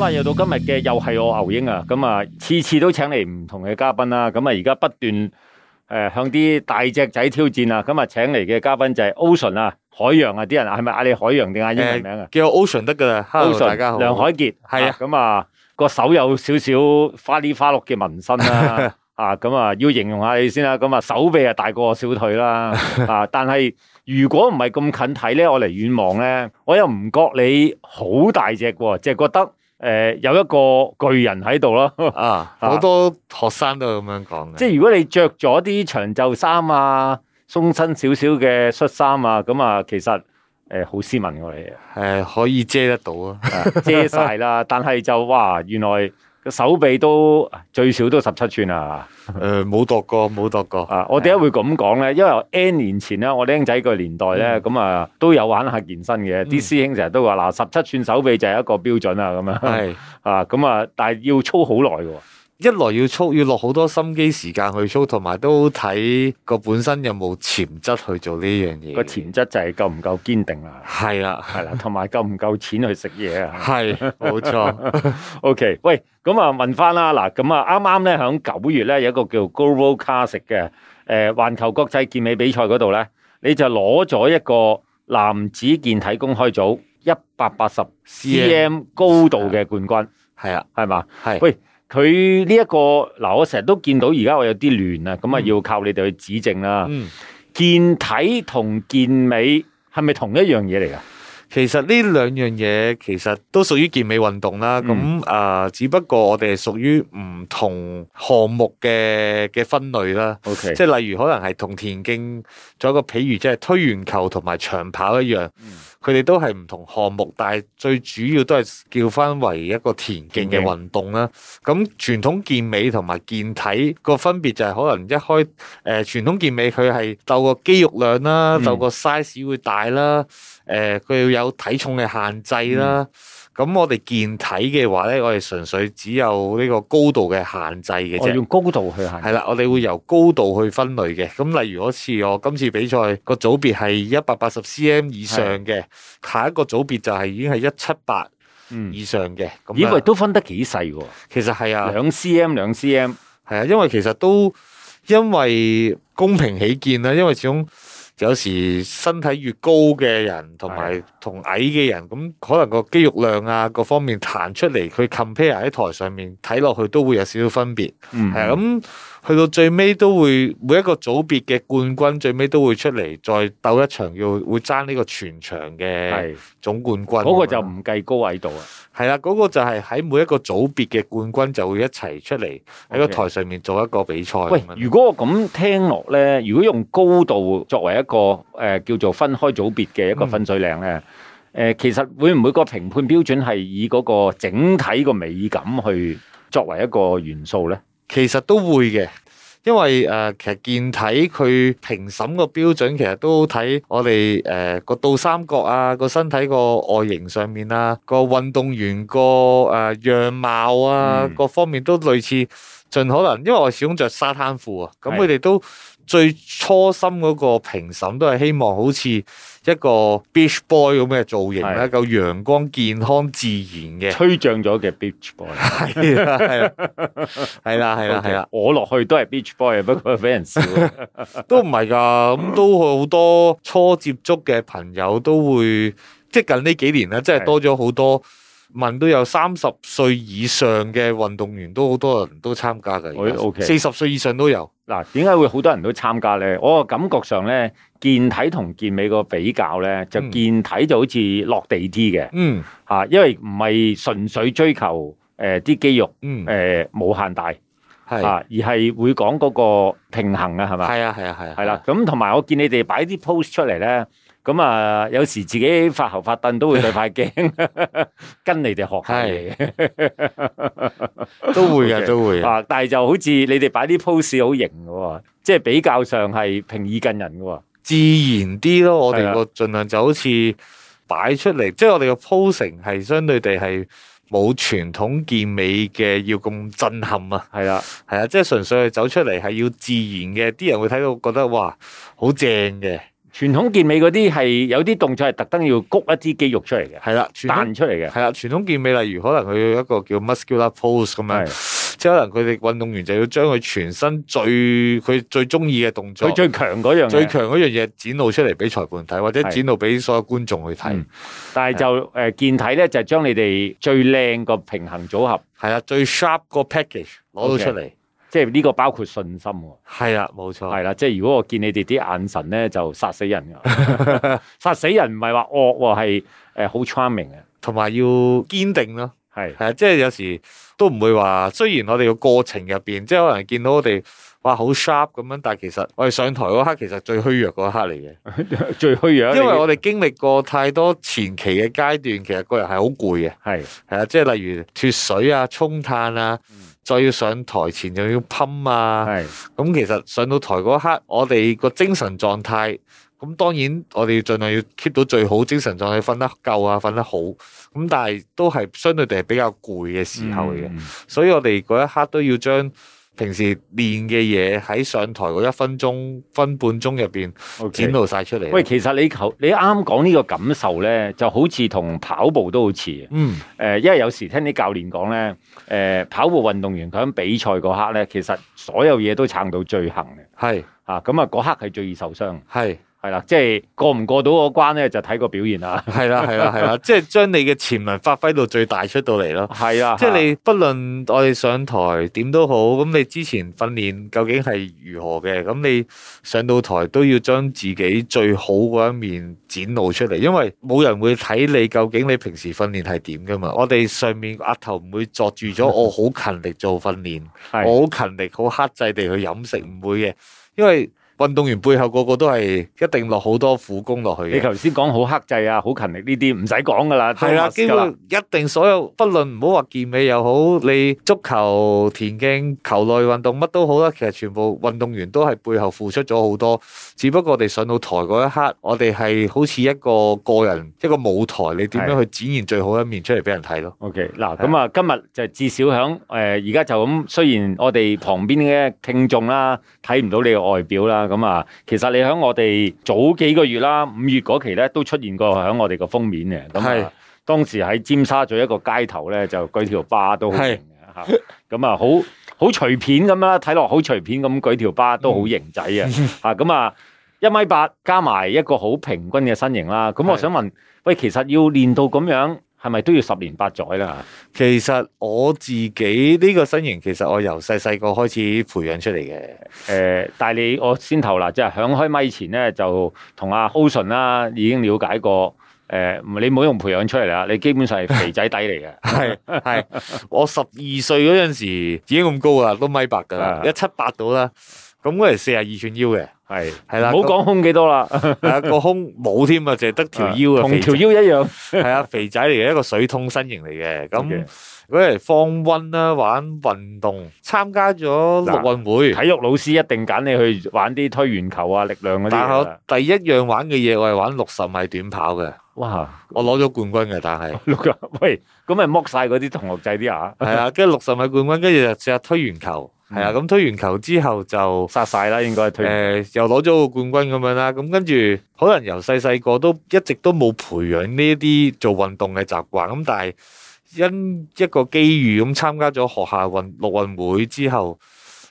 啊，又到今日嘅又係我牛英啊，咁啊，次次都請嚟唔同嘅嘉賓啦，咁啊，而家不斷誒、呃向啲大隻仔挑戰啊，咁啊，請嚟嘅嘉賓就係 Ocean 啊，海洋啊，啲人係咪嗌你海洋定嗌英文名啊叫 Ocean 得噶啦，Hello 大家好，梁海傑係啊咁啊個手有少少花里花碌嘅紋身啦，啊咁啊要形容下你先啦，咁啊手臂啊大過我小腿 啦，啊但係如果唔係咁近睇咧，我嚟遠望咧，我又唔覺你好大隻喎，即係 覺得誒、呃有一個巨人喺度咯。啊，啊好多學生都係咁樣講嘅，即係如果你着咗啲長袖衫啊、鬆身少少嘅恤衫啊，咁啊其實誒好、斯文我哋。係可以遮得 到啊，遮晒啦，但係就哇，原來個手臂都最少都十七寸啊！誒冇度過冇度過，啊，我點解會咁講咧？因為我 N 年前咧，我僆仔個年代咧，咁啊都有玩下健身嘅，啲師兄成日都話嗱，十七寸手臂就係一個標準啊，咁樣係 啊，咁啊，但係要操好耐嘅喎。一來要操要落好多心機時間去操，同埋都睇個本身有冇潛質去做呢樣嘢，個潛質就係夠唔夠堅定啦，係啦，係啦，同埋夠唔夠錢去食嘢啊。係 冇錯， O、k 喂，咁啊問翻啦，嗱，咁啊啱啱咧喺九月咧有一個叫 Global Classic 嘅誒、呃、環球國際健美比賽嗰度咧，你就攞咗一個男子健體公開組一百八十 cm 高度嘅冠軍，係啊係嘛？係喂佢呢一個嗱，我成日都見到而家我有啲亂啊，咁啊要靠你哋去指正啦。嗯。健體同健美係咪同一樣嘢嚟㗎？其實呢兩樣嘢其實都屬於健美運動啦，咁嗯啊、只不過我哋係屬於唔同項目嘅嘅分類啦。 O K，即係例如可能係同田徑，仲有一個譬如即係推鉛球同埋長跑一樣，嗯佢哋都係唔同項目，但係最主要都係叫翻為一個田徑嘅田徑運動啦。咁傳統健美同埋健體個分別就係可能一開誒、呃、傳統健美佢係鬥個肌肉量啦，嗯鬥個 size 會大啦，誒佢要有體重嘅限制嗯啦。咁我哋健體嘅話咧，我哋純粹只有呢個高度嘅限制嘅我啫。用高度去行係。啦，我哋會由高度去分類嘅。咁例如嗰次我今次比賽個組別係一百八十 cm 以上嘅，下一個組別就係已經係一七八嗯，以上嘅。咁以為樣都分得幾細喎。其實係啊，兩 cm 兩 cm，係啊，因為其實都因為公平起見啊啦，因為始終。有時身體越高嘅人，同埋同矮嘅人，咁可能個肌肉量啊，各方面彈出嚟，佢 compare 喺台上面睇落去都會有少少分別。嗯係啊，咁去到最尾都會每一個組別嘅冠軍最尾都會出嚟再鬥一場，要會爭呢個全場嘅係總冠軍。嗰個就唔計高位度啊，係啦，嗰、個就係喺每一個組別嘅冠軍就會一齊出嚟喺個 OK 台上面做一個比賽咁喂樣。，如果我咁聽落咧，如果用高度作為一個誒、呃叫做分開組別嘅一個嗯分水嶺咧，誒、其實會唔會個評判標準係以嗰個整體個美感去作為一個元素咧？其實都會嘅，因為誒、呃其實健體佢評審個標準其實都睇我哋誒個倒三角啊，個身體個外形上面啊，個運動員個誒、呃、樣貌啊，嗯各方面都類似，盡可能，因為我始終着沙灘褲啊，咁係佢哋都。最初心嗰個評審都係希望好似一個 beach boy 咁嘅造型啦，夠陽光、健康、自 然嘅，吹脹咗嘅 beach boy，係啦，係啦，係啦， 係啦，啊係啦。我落去都係 beach boy，不 過俾人笑。都唔係㗎，咁都好多初接觸嘅朋友都會，即係近呢幾年咧，即係多咗好多問都有三十歲以上嘅運動員都好多人都參加哎，OK 嘅，四十歲以上都有。嗱，點解會好多人都參加咧？我個感覺上咧，健體同健美個比較咧，就嗯健體就好似落地啲嘅。嗯嚇、啊因為唔係純粹追求誒啲、肌肉嗯誒、，無限大嚇、啊係係啊而係會講嗰個平衡啊，係嘛？係啊係啊係啦，，咁同埋我見你哋擺啲 post 出嚟咧，咁啊有時自己發喉發凳都會對塊鏡跟你哋學下嘢 嘅都 會 OK 嘅都會嘅。啊，但係就好似你哋擺啲 post 好型嘅喎，即係比較上係平易近人嘅喎。自然啲咯，我係哋啊個盡量就好似擺出嚟，即係我哋個 posing 係相對地係冇傳統健美嘅要咁震撼啊。係啦，係啊，即係純粹係走出嚟係要自然嘅，啲人會睇到覺得哇好正嘅，傳統健美嗰啲係有啲動作係特登要谷一啲肌肉出嚟嘅，係啦，傳統彈出嚟嘅。係啦，傳統健美例如可能佢有一個叫 muscular pose 咁樣，係即係可能佢哋運動員就要將佢全身最佢最中意嘅動作佢。最強嗰樣嘢，最強嗰樣嘢展露出嚟俾裁判睇，或者係展露俾所有觀眾去睇嗯，但啊係就誒健體咧，就將你哋最靚個平衡組合，係啦，最 sharp 個 package 攞到出嚟，即係呢個包括信心喎。係啦，冇錯，係啦，即係如果我見你哋啲眼神咧，就殺死人 㗎。殺死人唔係話惡喎，係誒呃好 charming 嘅。同埋要堅定咯，係係啊，即係有時都唔會話，雖然我哋個過程入邊，即係可能見到我哋哇好 sharp 咁樣，但係其實我哋上台嗰刻其實最虛弱嗰一刻嚟嘅，最虛弱，因為我哋經歷過太多前期嘅階段，其實個人係好攰嘅。係係啊，即係例如脱水啊、沖炭啊，再要上台前又要噴啊，嗯係咁其實上到台嗰一刻，我哋個精神狀態，咁當然我哋要盡量要 keep 到最好精神狀態，瞓得夠啊，瞓得好，咁但係都係相對地係比較攰嘅時候嚟嘅，嗯所以我哋嗰一刻都要將平時練嘅嘢喺上台嗰一分鐘、分半鐘入邊嗯 OK 展露晒出嚟。喂，其實你求你啱講呢個感受咧，就好似同跑步都好似嘅。嗯，誒、因為有時聽啲教練講咧，誒、跑步運動員佢喺比賽嗰刻咧，其實所有嘢都撐到最行嘅。係啊，咁啊，嗰刻係最易受傷，係。係啦，即係過唔過到嗰關咧，就睇個表現啦。係啦，係啦，係啦，即係將你嘅潛能發揮到最大出到嚟咯。係 啊，即係你不論我哋上台點都好，咁你之前訓練究竟係如何嘅，咁你上到台都要將自己最好嗰一面展露出嚟，因為冇人會睇你究竟你平時訓練係點噶嘛。嗯我哋上面額頭唔會作住咗我好勤力做訓練，係我好勤力好克制地去飲食，唔會嘅，因為運動員背後個個都係一定落好多苦功落去嘅你。頭先講好克制啊，好勤力呢啲唔使講噶啦，係啦，基本本一定所有，不論唔好話健美又好，你足球、田徑、球類運動乜都好啦，其實全部運動員都係背後付出咗好多。只不過我哋上到台嗰一刻，我哋係好似一個個人一個舞台，你點樣去展現最好一面出嚟俾人睇咯？ OK 嗱，咁啊，今日就至少響誒而家就咁，雖然我哋旁邊嘅聽眾啦睇唔到你嘅外表啦，咁啊，其實你響我哋早幾個月啦，五月嗰期咧都出現過響我哋個封面嘅，咁係啊，當時喺尖沙咀一個街頭咧就舉條巴都好型嘅嚇，咁啊好好隨便咁啦，睇落好隨便咁舉條巴都好型仔 啊嚇，咁啊一米八加埋一個好平均嘅身形啦，咁我係想問，喂，其實要練到咁樣係咪都要十年八載啦？其實我自己呢個身形，其實我由細細個開始培養出嚟嘅。。誒、但係你我先頭啦，即係響開咪前咧，就同阿 Ocean 啦已經了解過。誒、你唔好用培養出嚟啦，你基本上係肥仔底嚟嘅係係，我十二歲嗰陣時已經咁高啦，都米八噶啦，啊一七八到啦。咁嗰陣四廿二寸腰嘅，係係啦唔好講胸幾多啦，係啊個胸冇添啊，淨係得 條腰啊，同肥條腰一樣。係啊，肥仔嚟嘅一個水桶身形嚟嘅。咁 OK 嗰日放温啦，玩運動，參加咗陸運會，體育老師一定揀你去玩啲推鉛球啊、力量嗰啲但嘢係啦。我第一樣玩嘅嘢，我係玩六十米短跑嘅，哇，我攞咗冠軍嘅，但係六啊，喂，咁咪剝晒嗰啲同學仔啲牙，係啊，跟住六十米冠軍，跟住就試下推鉛球，係嗯啊，咁推完球之後就。殺晒啦，應該誒、推。又攞咗個冠軍咁樣啦，咁跟住可能由細細個都一直都冇培養呢一啲做運動嘅習慣，咁但係因一個機遇咁參加咗學校運陸運會之後，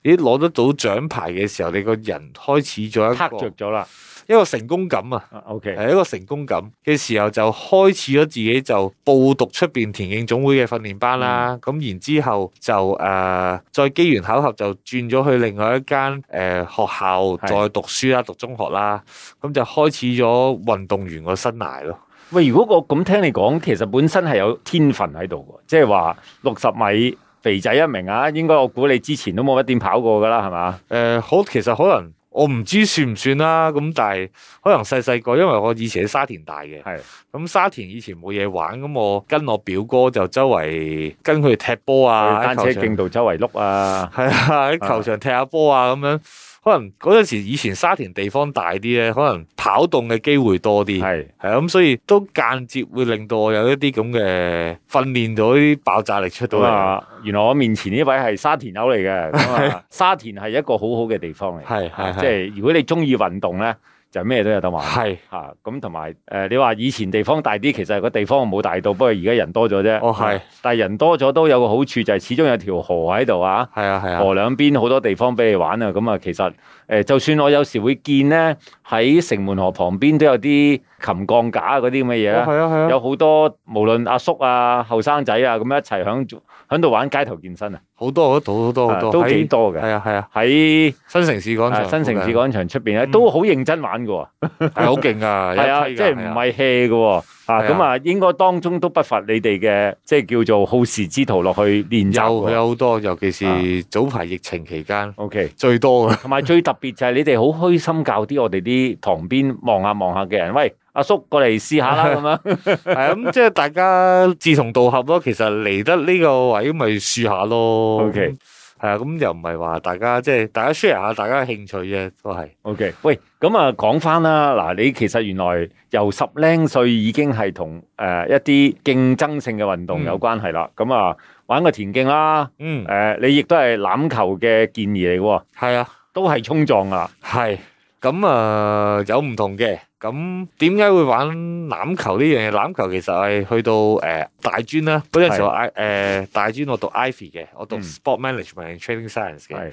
咦攞得到獎牌嘅時候，你個人開始咗一撻個着咗啦一個成功感啊！啊，OK，係一個成功感嘅時候，就開始咗自己就報讀出邊田徑總會嘅訓練嗯班啦。咁、然之後就誒、呃再機緣巧合就轉咗去另外一間誒、呃、學校係再讀書啦，讀中學啦。咁就開始咗運動員個生涯咯。喂，如果我咁聽你講，其實本身係有天分喺度嘅，即係話六十米肥仔一名啊，應該我估你之前都冇乜點跑過噶啦，係嘛？誒、呃好，其實可能我唔知算唔算啦。咁但係可能細細個，因為我以前喺沙田大嘅，係咁沙田以前冇嘢玩，咁我跟我表哥就周圍跟佢踢波啊，單車喺球場徑度周圍碌啊，係啊，喺球場踢下波啊咁樣。可能嗰陣時以前沙田地方大啲咧，可能跑動嘅機會多啲，係係啊咁，所以都間接會令到我有一啲咁嘅訓練到啲爆炸力出到咁嚟。啊！原來我面前呢位係沙田友 嚟嘅，咁啊，沙田係一個好好嘅地方嚟，係係係即係如果你中意運動咧，就咩都有得玩。係吓咁同埋诶，誒你話以前地方大啲，其實個地方冇大到，不過而家人多咗啫。哦係，但係人多咗都有個好處，就係始終有條河喺度啊。係啊係啊，河兩邊好多地方俾你玩啊。咁啊，其實诶，誒就算我有時會見咧，喺城門河旁邊都有啲琴鋼架嗰啲咁嘅嘢係啊啦。係啊，有好多無論阿叔啊、後生仔啊，咁一齊響響度玩街頭健身啊，好多好多好多好啊多，都幾喺多嘅。哦係啊係啊，喺新城市廣啊場，新城市廣場出邊咧，嗯都好認真玩嘅喎。係好勁噶，係啊，有一即批係㗎唔係 hea 嘅喎，啊係啊咁啊，應該當中都不乏你哋嘅即係叫做好事之徒落去練習有喎。有好多，尤其啊是早排疫情期間 O K，最多嘅。同埋最特別就係你哋好虛心教啲我哋啲旁邊望下望下嘅人，喂，阿叔過嚟試下 啦咁樣。係啊咁即係大家志同道合咯。其實嚟得呢個位咪試下咯。 OK 係啊，咁又唔係話大家即係大家 share 下大家嘅興趣啫，都係 O K，喂，咁啊講翻啦，嗱，你其實原來由十零歲已經係同誒一啲競爭性嘅運動有關係啦。咁啊，玩個田徑啦，嗯誒、你亦都係欖球嘅建議嚟嘅喎，係啊。都係衝撞啊。係咁啊，有唔同嘅。咁點解會玩欖球呢樣嘢？欖球其實係去到诶、呃大專啦，嗰陣時我诶、呃大專我讀 Ivy 嘅，我讀嗯 Sport Management and Training Science 嘅，係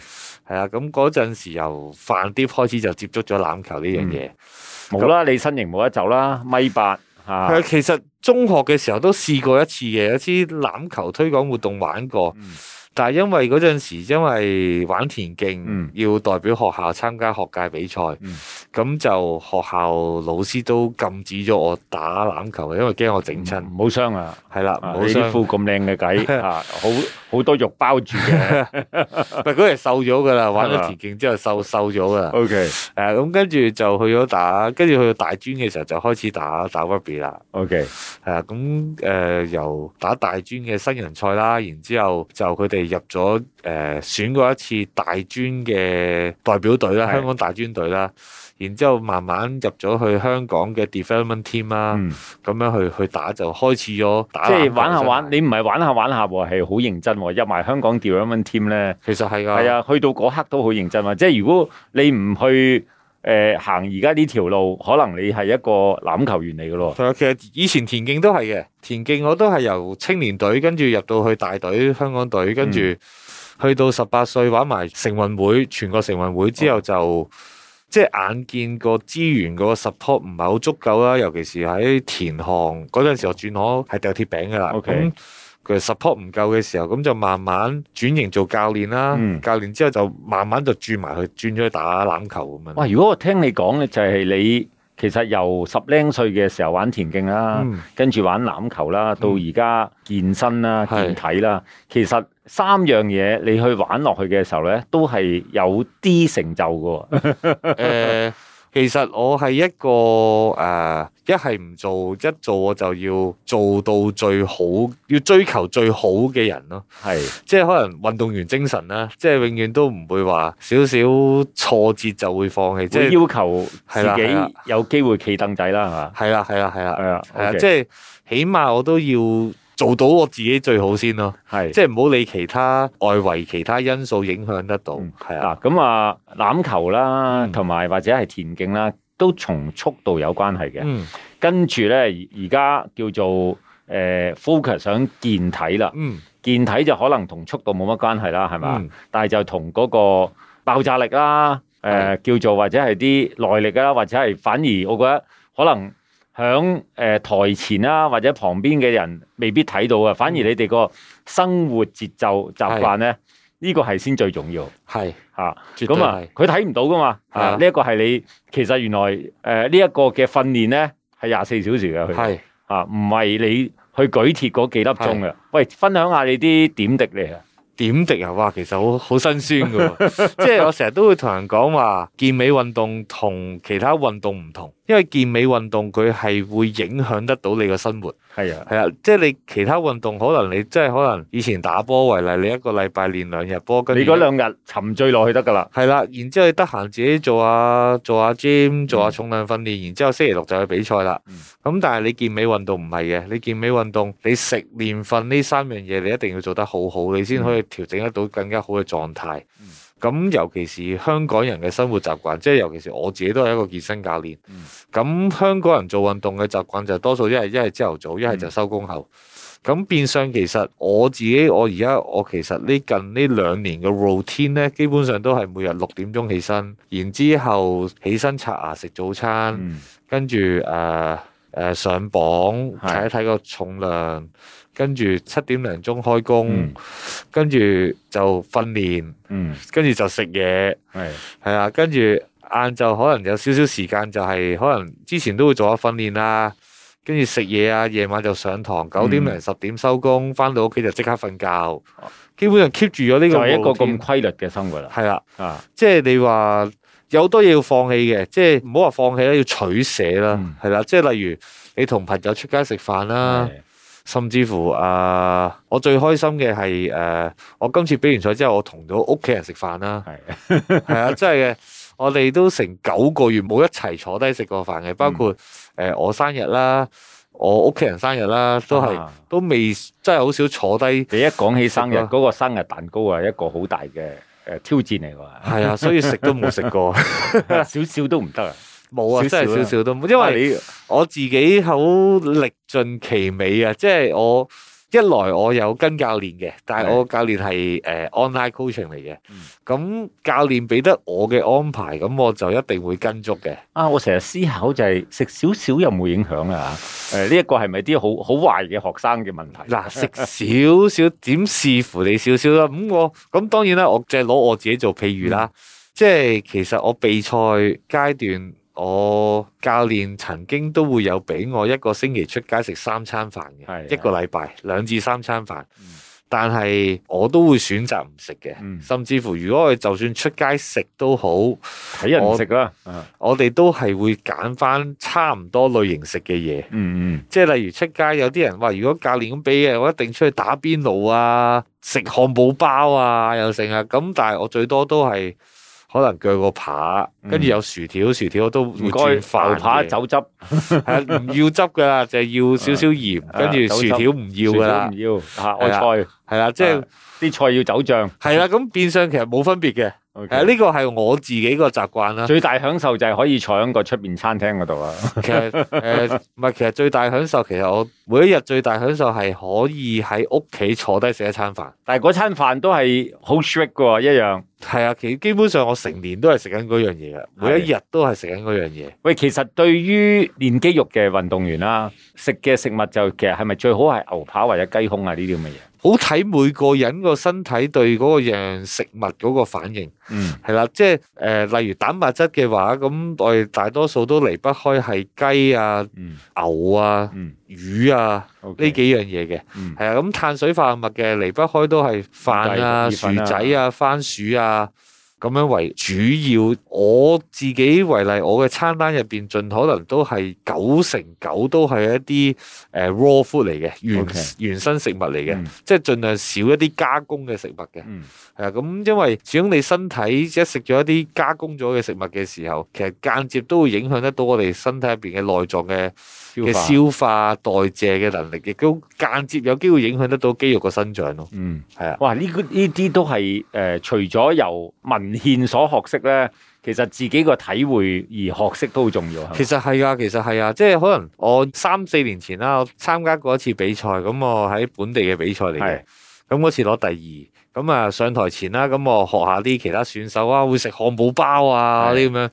係啊。咁嗰陣時由飯碟開始就接觸咗欖球呢樣嘢。冇啦，你身形冇得走啦，米八係吓啊，，其實中學嘅時候都試過一次嘅，有支欖球推廣活動玩過，嗯但係因為嗰陣時因為玩田徑，嗯要代表學校參加學界比賽，咁、嗯就學校老師都禁止咗我打欖球嘅，因為驚我整親，唔好傷啊！係啦、啊唔好你啲傷。褲咁靚嘅計啊，好好多肉包住 嘅。 唔係嗰日瘦咗㗎啦，玩係嘛咗田徑之後瘦瘦咗㗎啦。 O K 誒咁跟住就去咗打，跟住去到大專嘅時候就開始打打 rugby 啦。 O K，係啊，咁誒、呃由打大專嘅新人賽啦，然之後就佢哋入咗誒、呃、選過一次大專嘅代表隊啦，係香港大專隊啦，然之後慢慢入咗去香港嘅 development team 啦，嗯，咁、樣去去打就開始咗打即係籃球玩下生涯玩，你唔係玩下玩下喎，係好認真喎。入埋香港 development team 咧，其實係㗎，係啊，去到嗰刻都好認真啊。即係如果你唔去诶行而家呢條路，可能你係一個欖球員嚟嘅咯。係啊，其實以前田徑都係嘅，田徑我都係由青年隊跟住入到去大隊香港隊，跟住嗯去到十八歲玩埋城運會，全國城運會之哦後就。即係眼見個資源個 support 唔係好足夠啦，尤其是喺田項嗰陣時，我轉行係掉鐵餅噶啦。 OK 咁佢 support 唔夠嘅時候，咁就慢慢轉型做教練啦。嗯教練之後就慢慢就轉埋去轉咗去打籃球咁樣。哇！如果我聽你講咧，就係你其實由十零歲嘅時候玩田徑啦。嗯，跟住玩欖球啦，到而家健身啦、健係體啦，其實三樣嘢你去玩落去嘅時候咧，都係有啲成就嘅 喎。誒、呃其實我係一個誒，呃一係唔做，一做我就要做到最好，要追求最好嘅人咯。係即係可能運動員精神啦，即係永遠都唔會話少少挫折就會放棄，即會係要求自係啦係啦己有機會企凳仔啦，係嘛？係啦係啦係啦，係啊，係啊， OK，即係起碼我都要做到我自己最好先咯，係即係唔好理其他外圍其他因素影響得到嗯，係啊，嗱咁啊，欖球啦，嗯同埋或者係田徑啦，都從速度有關係嘅。嗯跟住咧，而而家叫做誒 focus 想健體啦，嗯，健體就可能同速度冇乜關係啦，係係嘛？？但係就同嗰個爆炸力啦，誒、叫做或者係啲耐力啦，或者係反而我覺得可能響誒、呃台前啦或者旁邊嘅人未必睇到啊，反而你哋個生活節奏習慣咧，呢個係先最重要係，嚇。嗯絕對咁啊係，，佢睇唔到噶嘛，係啊啊呢一個係你其實原來誒呃呢一個嘅訓練咧係廿四小時嘅佢係。啊，唔係你去舉鐵嗰幾粒鐘嘅。喂，分享下你啲點滴嚟啊！點滴啊！哇，其實好好辛酸㗎喎， 即係我成日都會同人講話，健美運動同其他運動唔同，因為健美運動佢係會影響得到你個生活，係啊，係啊，即係你其他運動可能你即係可能以前打波為例，你一個禮拜練兩日波，跟你住嗰兩日沉醉落去得㗎啦。係啦，然之後你得閒自己做下做下 gym，做下重量訓練，然之後星期六就去比賽啦。嗯咁、但係你健美運動唔係嘅，你健美運動你食練訓呢三樣嘢，你一定要做得好好，你先可以調整得到更加好嘅狀態嗯。咁尤其是香港人嘅生活習慣，即係尤其是我自己都係一個健身教練。嗯咁、香港人做運動嘅習慣就多數一係一係朝頭早，嗯一係就收工後。咁變相其實我自己我而家我其實呢近呢兩年嘅 routine 咧，基本上都係每日六點鐘起身，然之後起身刷牙食早餐。嗯跟住誒誒上磅睇一睇個重量，跟住七點零鐘開工，嗯跟住就訓練，嗯，跟住就食嘢，系係啊，跟住晏晝可能有少少時間就係、可能之前都會做下訓練啦。跟住食嘢啊，夜晚就上堂，嗯九點零十點收工，翻到屋企就即刻瞓覺，基本上 keep 住咗哦呢就個係一個咁 routine 規律嘅生活啦。係啦。啊，即係你話有好多嘢要放棄嘅，即係唔好話放棄啦，要取捨啦嗯，係啦、即係例如你同朋友出街食飯啦，係甚至乎啊、我最開心嘅係誒，我今次比完賽之後，我同到屋企人食飯啦，係係 啊，真係嘅。我哋都成九個月冇一齊坐低食過嗯飯嘅，包括誒、我生日啦，我屋企人生日啦，都係、啊都未真係好少坐低你一講起生日，食過嗰個生日蛋糕係一個好大嘅誒挑戰嚟㗎係 啊，所以食都冇食過， 喎，少少都唔得啊，冇啊，少少真係少啦少都冇，因為為我自己好力盡其美啊！即係我一來我有跟教練嘅，但係係我教練係誒 online coaching 嚟嘅嗯，咁、教練俾得我嘅安排，咁我就一定會跟足嘅。啊，我成日思考就係食少少有冇影響啊？誒呢一個係咪啲好好壞嘅學生嘅問題？嗱，食少少點視乎你少少啦。咁、我咁當然啦，我即係攞我自己做譬喻啦。嗯即係其實我備賽階段，我教練曾經都會有俾我一個星期出街食三餐飯係嘅，一個禮拜兩至三餐飯嗯。但係我都會選擇唔食嘅，嗯甚至乎如果我哋就算出街食都好，我睇人食啦，啊哋都係會揀翻差唔多類型食嘅嘢。嗯嗯即係例如出街有啲人話，如果教練咁俾嘅，我一定出去打邊爐啊，食漢堡包啊，又剩啊。咁但係我最多都係可能鋸個扒，嗯跟住有薯條，薯條我都會唔該轉，飯牛扒嘅酒汁，係啊唔要汁㗎啦，就係要少少鹽，啊跟住走薯汁條唔要㗎啦薯，條唔要嚇，愛菜係啊啦，即係啊啲菜要走醬。係啦。咁變相其實冇分別嘅，誒 OK 呢個係我自己個習慣 啦。最大享受就係可以坐喺個出邊餐廳嗰度啊！ 其實誒唔係，其實最大享受其實我每一日最大享受係可以喺屋企坐低食一餐飯。但係嗰餐飯都係好 strict 嘅喎，一樣。係啊，其基本上我成年都係食緊嗰樣嘢嘅，啊每一日都係食緊嗰樣嘢。喂，其實對於練肌肉嘅運動員啦，食嘅食物就其實係咪最好係牛扒或者雞胸啊呢啲咁嘅嘢？好睇每個人個身體對嗰個樣食物嗰個反應嗯係啦，即係誒、呃例如蛋白質嘅話，咁我哋大多數都離不開係雞啊、嗯牛啊、嗯，魚啊呢呢幾樣嘢嘅。嗯係啊，咁碳水化合物嘅離不開都係飯啊、意薯粉啊仔啊、番薯啊咁樣為主要。我自己為例，我嘅餐單入邊盡可能都係九成九都係一啲誒、呃 raw food 嚟嘅，原 OK 原生食物嚟嘅，嗯即係盡量少一啲加工嘅食物嘅。嗯係啊，咁因為始終你身體一食咗一啲加工咗嘅食物嘅時候，其實間接都會影響得到我哋身體入邊嘅內臟嘅。嘅消化消化代謝嘅能力，亦都間接有機會影響得到肌肉嘅生長咯。嗯，係啊，哇！呢個呢啲都係誒、呃除咗由文獻所學識咧，其實自己個體會而學識都好重要。係咪其實係噶，其實係啊，即係可能我三四年前啦，我參加過一次比賽，咁我喺本地嘅比賽嚟嘅係，咁嗰次攞第二，咁啊上台前啦，咁我學下啲其他選手啊，會食漢堡包啊嗰啲咁樣，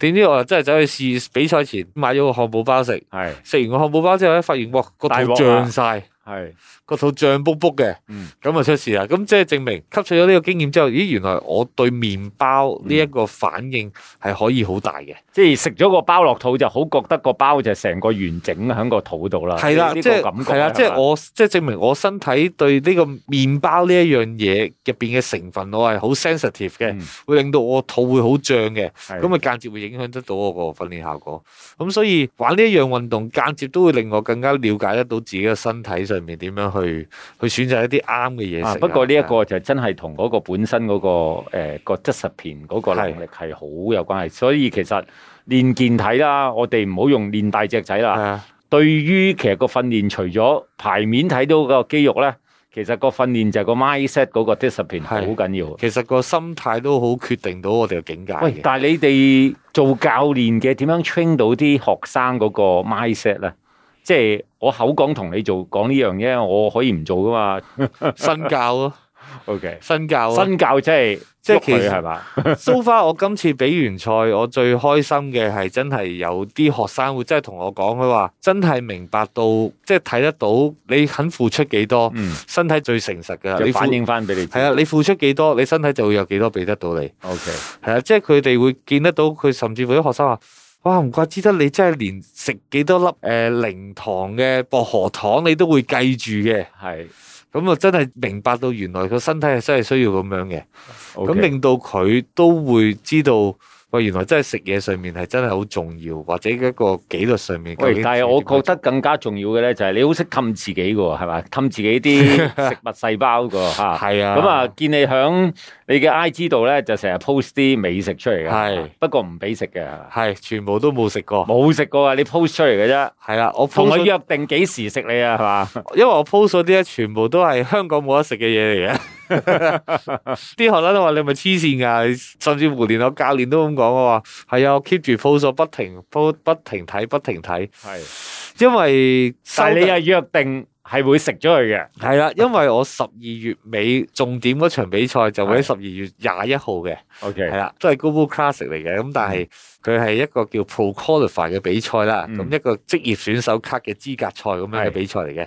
點知我又真係走去試比賽前買咗個漢堡包食，係食完個漢堡包之後咧，發現哇個肚大鑊啊脹晒。係個肚脹卜卜嘅嗯，咁啊出事啦。咁即係證明吸取咗呢個經驗之後，咦，原來我對麵包呢一個反應係可以好大嘅。即係食咗個包落肚就好覺得個包就成個完整啊喺個肚度啦。係啦，呢即個係感覺係啦，係即係嘛我即係證明我身體對呢個麵包呢一樣嘢入邊嘅成分，我係好 sensitive 嘅嗯，會令到我肚會好脹嘅，係咁啊間接會影響得到我個訓練效果。咁所以玩呢一樣運動，間接都會令我更加了解得到自己嘅身體上面點樣去去選擇一啲啱嘅嘢啊食啊。不過呢一個就真係同嗰個本身嗰、個誒、個 discipline 嗰個能力係好有關係，所以其實練健體啦，我哋唔好用練大隻仔係啦。啊，對於其實個訓練，除咗牌面睇到個肌肉咧，其實個訓練就係個 mindset 嗰個 discipline 好係緊要。啊其實個心態都好決定到我哋嘅境界喂，嘅。但係你哋做教練嘅點樣 train 到啲學生嗰個 mindset 咧？即係我口講同你做講呢樣嘢，我可以唔做噶嘛身 教咯， ？OK，身教咯。身教即係即係喐其佢實係嘛？ so far 我今次比完賽，我最開心嘅係真係有啲學生會真係同我講，佢話真係明白到，即係睇得到你肯付出幾多，嗯，身體最誠哦實㗎。就你付反映翻俾你知。係啊，你付出幾多，你身體就會有幾多俾得到你。 ，OK，係啊，即係佢哋會見得到佢，甚至乎啲學生話：，哇，唔怪之得你真係連食幾多粒誒、呃零糖嘅薄荷糖，你都會計住嘅。係咁啊，真係明白到原來個身體係真係需要咁樣嘅。咁 OK。令到佢都會知道，喂，原來真係食嘢上面係真係好重要，或者一個紀律上面。究喂，竟但係我覺得更加重要嘅咧，就係你好識氹自己嘅喎，係 嘛？氹自己啲食物細胞嘅喎嚇。係啊，咁啊，見你響你嘅 I G 度咧，就成日 post 啲美食出嚟嘅，係不過唔俾食嘅，係全部都冇食過。冇食過啊，你 post 出嚟嘅啫，係啦，我同 post 佢咗約定幾時食你啊，係嘛？因為我 post 咗啲嘢，全部都係香港冇得食嘅嘢 嚟嘅。啲學生都話你係咪黐線㗎，甚至乎連我教練都咁講，我話係啊，我 keep 住 post 咗，不停 post，不停睇，不停睇，係，因為收但係你得啊約定係會食咗佢嘅，係啦，因為我十二月尾重點嗰場比賽就會喺十二月廿一號嘅。係 OK，啦，都係 Global Classic 嚟嘅，咁但係佢係一個叫 Pro Qualify 嘅比賽啦，嗯咁、一個職業選手卡嘅資格賽咁樣係嘅比賽嚟嘅。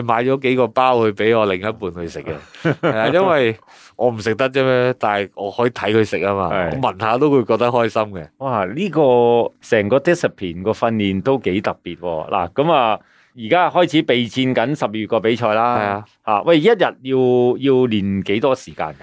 買咗幾個包去俾我另一半 去食嘅，係啊，因為我唔食得啫咩，但係我可以睇佢食啊嘛，係我聞下都會覺得開心嘅。哇！呢個成個 discipline 個訓練都幾特別喎，嗱咁啊，而家開始備戰緊十二月個比賽係啦，啊，啊喂，一日要要練幾多時間㗎？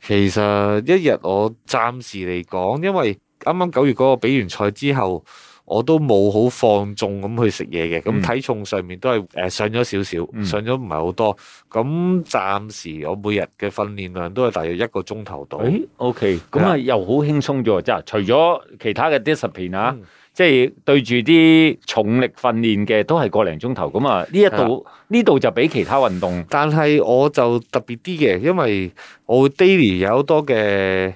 其實一日我暫時嚟講，因為啱啱九月嗰個比完賽之後。我都冇好放縱咁去食嘢嘅，嗯咁體重上面都係誒、呃上咗少少，嗯上咗唔係好多。咁暫時我每日嘅訓練量都係大約一個鐘頭到。诶，OK，咁啊又好輕鬆咗，即係除咗其他嘅 discipline 啊，嗯即係對住啲重力訓練嘅都係個零鐘頭，咁啊呢一度呢度就比其他運動但係我就特別啲嘅，因為我會 daily 有好多嘅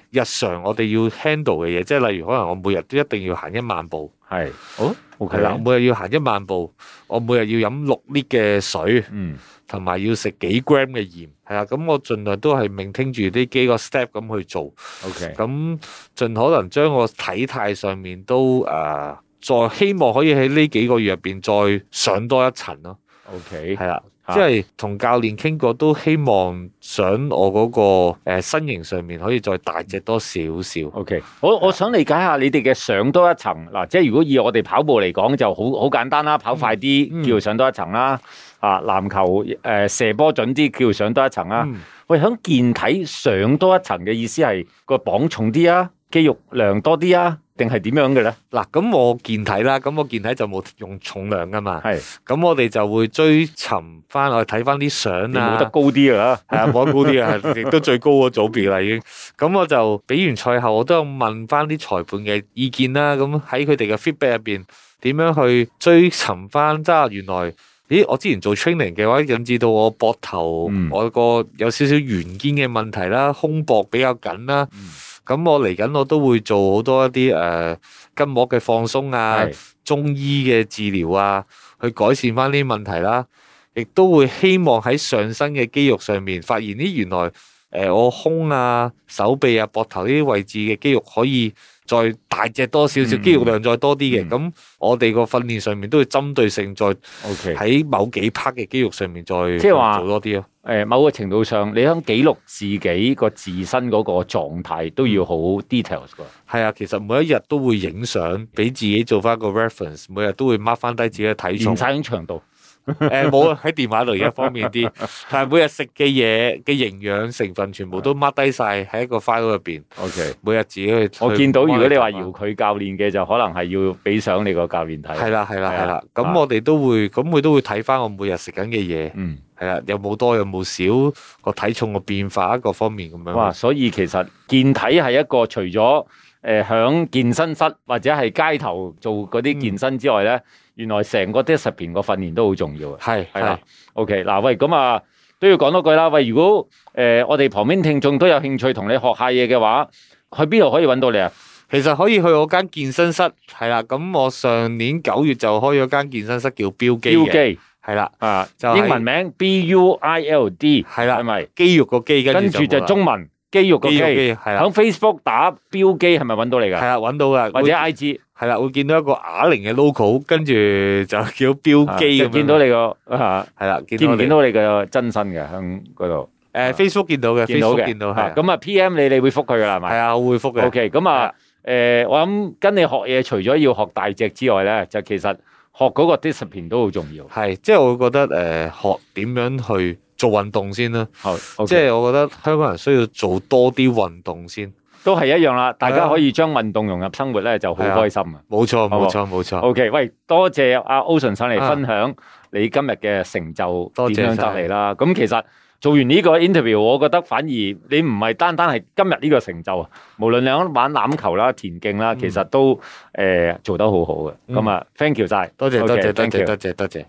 日常我哋要 handle 嘅嘢，即係例如可能我每日都一定要行一萬步，係，哦，OK 係啦，我每日要行一萬步，我每日要飲六 lit 嘅水，嗯同埋要食幾 gram 嘅鹽，係啦，咁我盡量都係命聽住呢幾個 step 咁去做， ，OK，咁盡可能將我體態上面都誒、呃再希望可以喺呢幾個月入邊再上多一層咯。 OK，係啦，嚇即係同教練傾過，都希望想我嗰、個呃身形上面可以再大隻多少少。 OK，我我想理解下你哋嘅上多一層嗱，即係如果以我哋跑步嚟講就好好簡單啦，跑快啲嗯叫上多一層啦，啊籃球誒、呃射波準啲叫上多一層啦。嗯喂，喺健體上多一層嘅意思係個磅重啲啊，肌肉量多啲啊，定係點樣嘅咧？嗱、咁我健體啦，咁我健體就冇用重量噶嘛，係咁我哋就會追尋翻，我哋睇翻啲相你冇得啊，高啲㗎啦。係啊，摸高啲啊， 係亦都最高個組別啦已經。咁我就比完賽後，我都有問翻啲裁判嘅意見啦，咁喺佢哋嘅 feedback 入邊點樣去追尋翻，即係原來。咦！我之前做 training 嘅話，引致到我膊頭、嗯我個有少少圓肩嘅問題啦，胸膊比較緊啦。嗯咁、我嚟緊我都會做好多一啲誒、呃筋膜嘅放鬆啊，係中醫嘅治療啊，去改善翻呢啲問題啦。亦都會希望喺上身嘅肌肉上面發現咦，原來誒、呃我胸啊、手臂啊、膊頭呢啲位置嘅肌肉可以再大隻多少少，嗯肌肉量再多啲嘅。嗯咁、我哋個訓練上面都會針對性再。 OK，喺某幾 part 嘅肌肉上面再即係話做多啲咯。誒某個程度上，你喺記錄自己個自身嗰個狀態都要好 details 㗎。係啊，其實每一日都會影相，俾自己做翻個 reference，每日都會 mark 翻低自己嘅體重啊練。晒喺長度。 诶冇啊，喺電話度而家方便啲，但係每日食嘅嘢嘅營養成分全部都 mark 低晒喺一個 file 入邊， OK，每日自己去。我去見到如果你話 monitor 搖佢教練嘅，就可能係要俾相你個教練係睇。啦係啦係啊係啦，啊咁我哋都會，咁佢都會睇翻我每日食緊嘅嘢，嗯，係啦，有冇多有冇少個體重嘅變化各方面咁樣。哇！所以其實健體係一個除咗誒響健身室或者係街頭做嗰啲健身之外咧，原來成個 discipline 個訓練都好重要啊。係系係啦啦， ，OK，嗱，喂，咁啊都要講多句啦，喂，如果诶、呃我哋旁邊聽眾都有興趣同你學下嘢嘅話，去邊度可以揾到你啊？其實可以去我間健身室，係啦，咁我上年九月就開咗間健身室叫標肌標嘅，記係啦啊，就係英文名 B U I L D 係係啦，咪？肌肉個肌跟跟住就就冇啦中文肌肉個肌肉肌，肌係啦。喺 Facebook 打標記係咪揾到你系㗎？啦，揾到噶，或者 IG 系啦，會見到一個啞鈴嘅 logo，跟住嗯就叫標機就啊咁樣。見到你個啊，係啦，見見到唔見你到你個真身嘅喺嗰度？诶 Facebook 見到嘅見到，Facebook 嘅，見到啊係咁啊 PM 你，你會覆佢㗎啦，係咪係？啊，我會覆嘅。 O K，咁係啊啦，誒、我諗跟你學嘢，除咗要學大隻之外咧，就其實學嗰個 discipline 都好重要。係，即係我會覺得诶、誒學點樣去做運動先啦。好，即係我覺得香港人需要做多啲運動先。都係一樣啦，大係家啊可以將運動融入生活咧，就好係啊開心啊。冇錯，好冇錯，冇錯。 O、k 喂，多謝阿 Ocean 上嚟啊分享你今日嘅成就多謝點樣得晒嚟啦。咁其實做完呢個 interview，我覺得反而你唔係單單係今日呢個成就啊，無論你講玩欖球啦、田徑啦，其實都誒、嗯做得好好嘅。咁啊，thank you 晒，多謝，多謝，多 OK，thank 謝， you 多謝，多謝。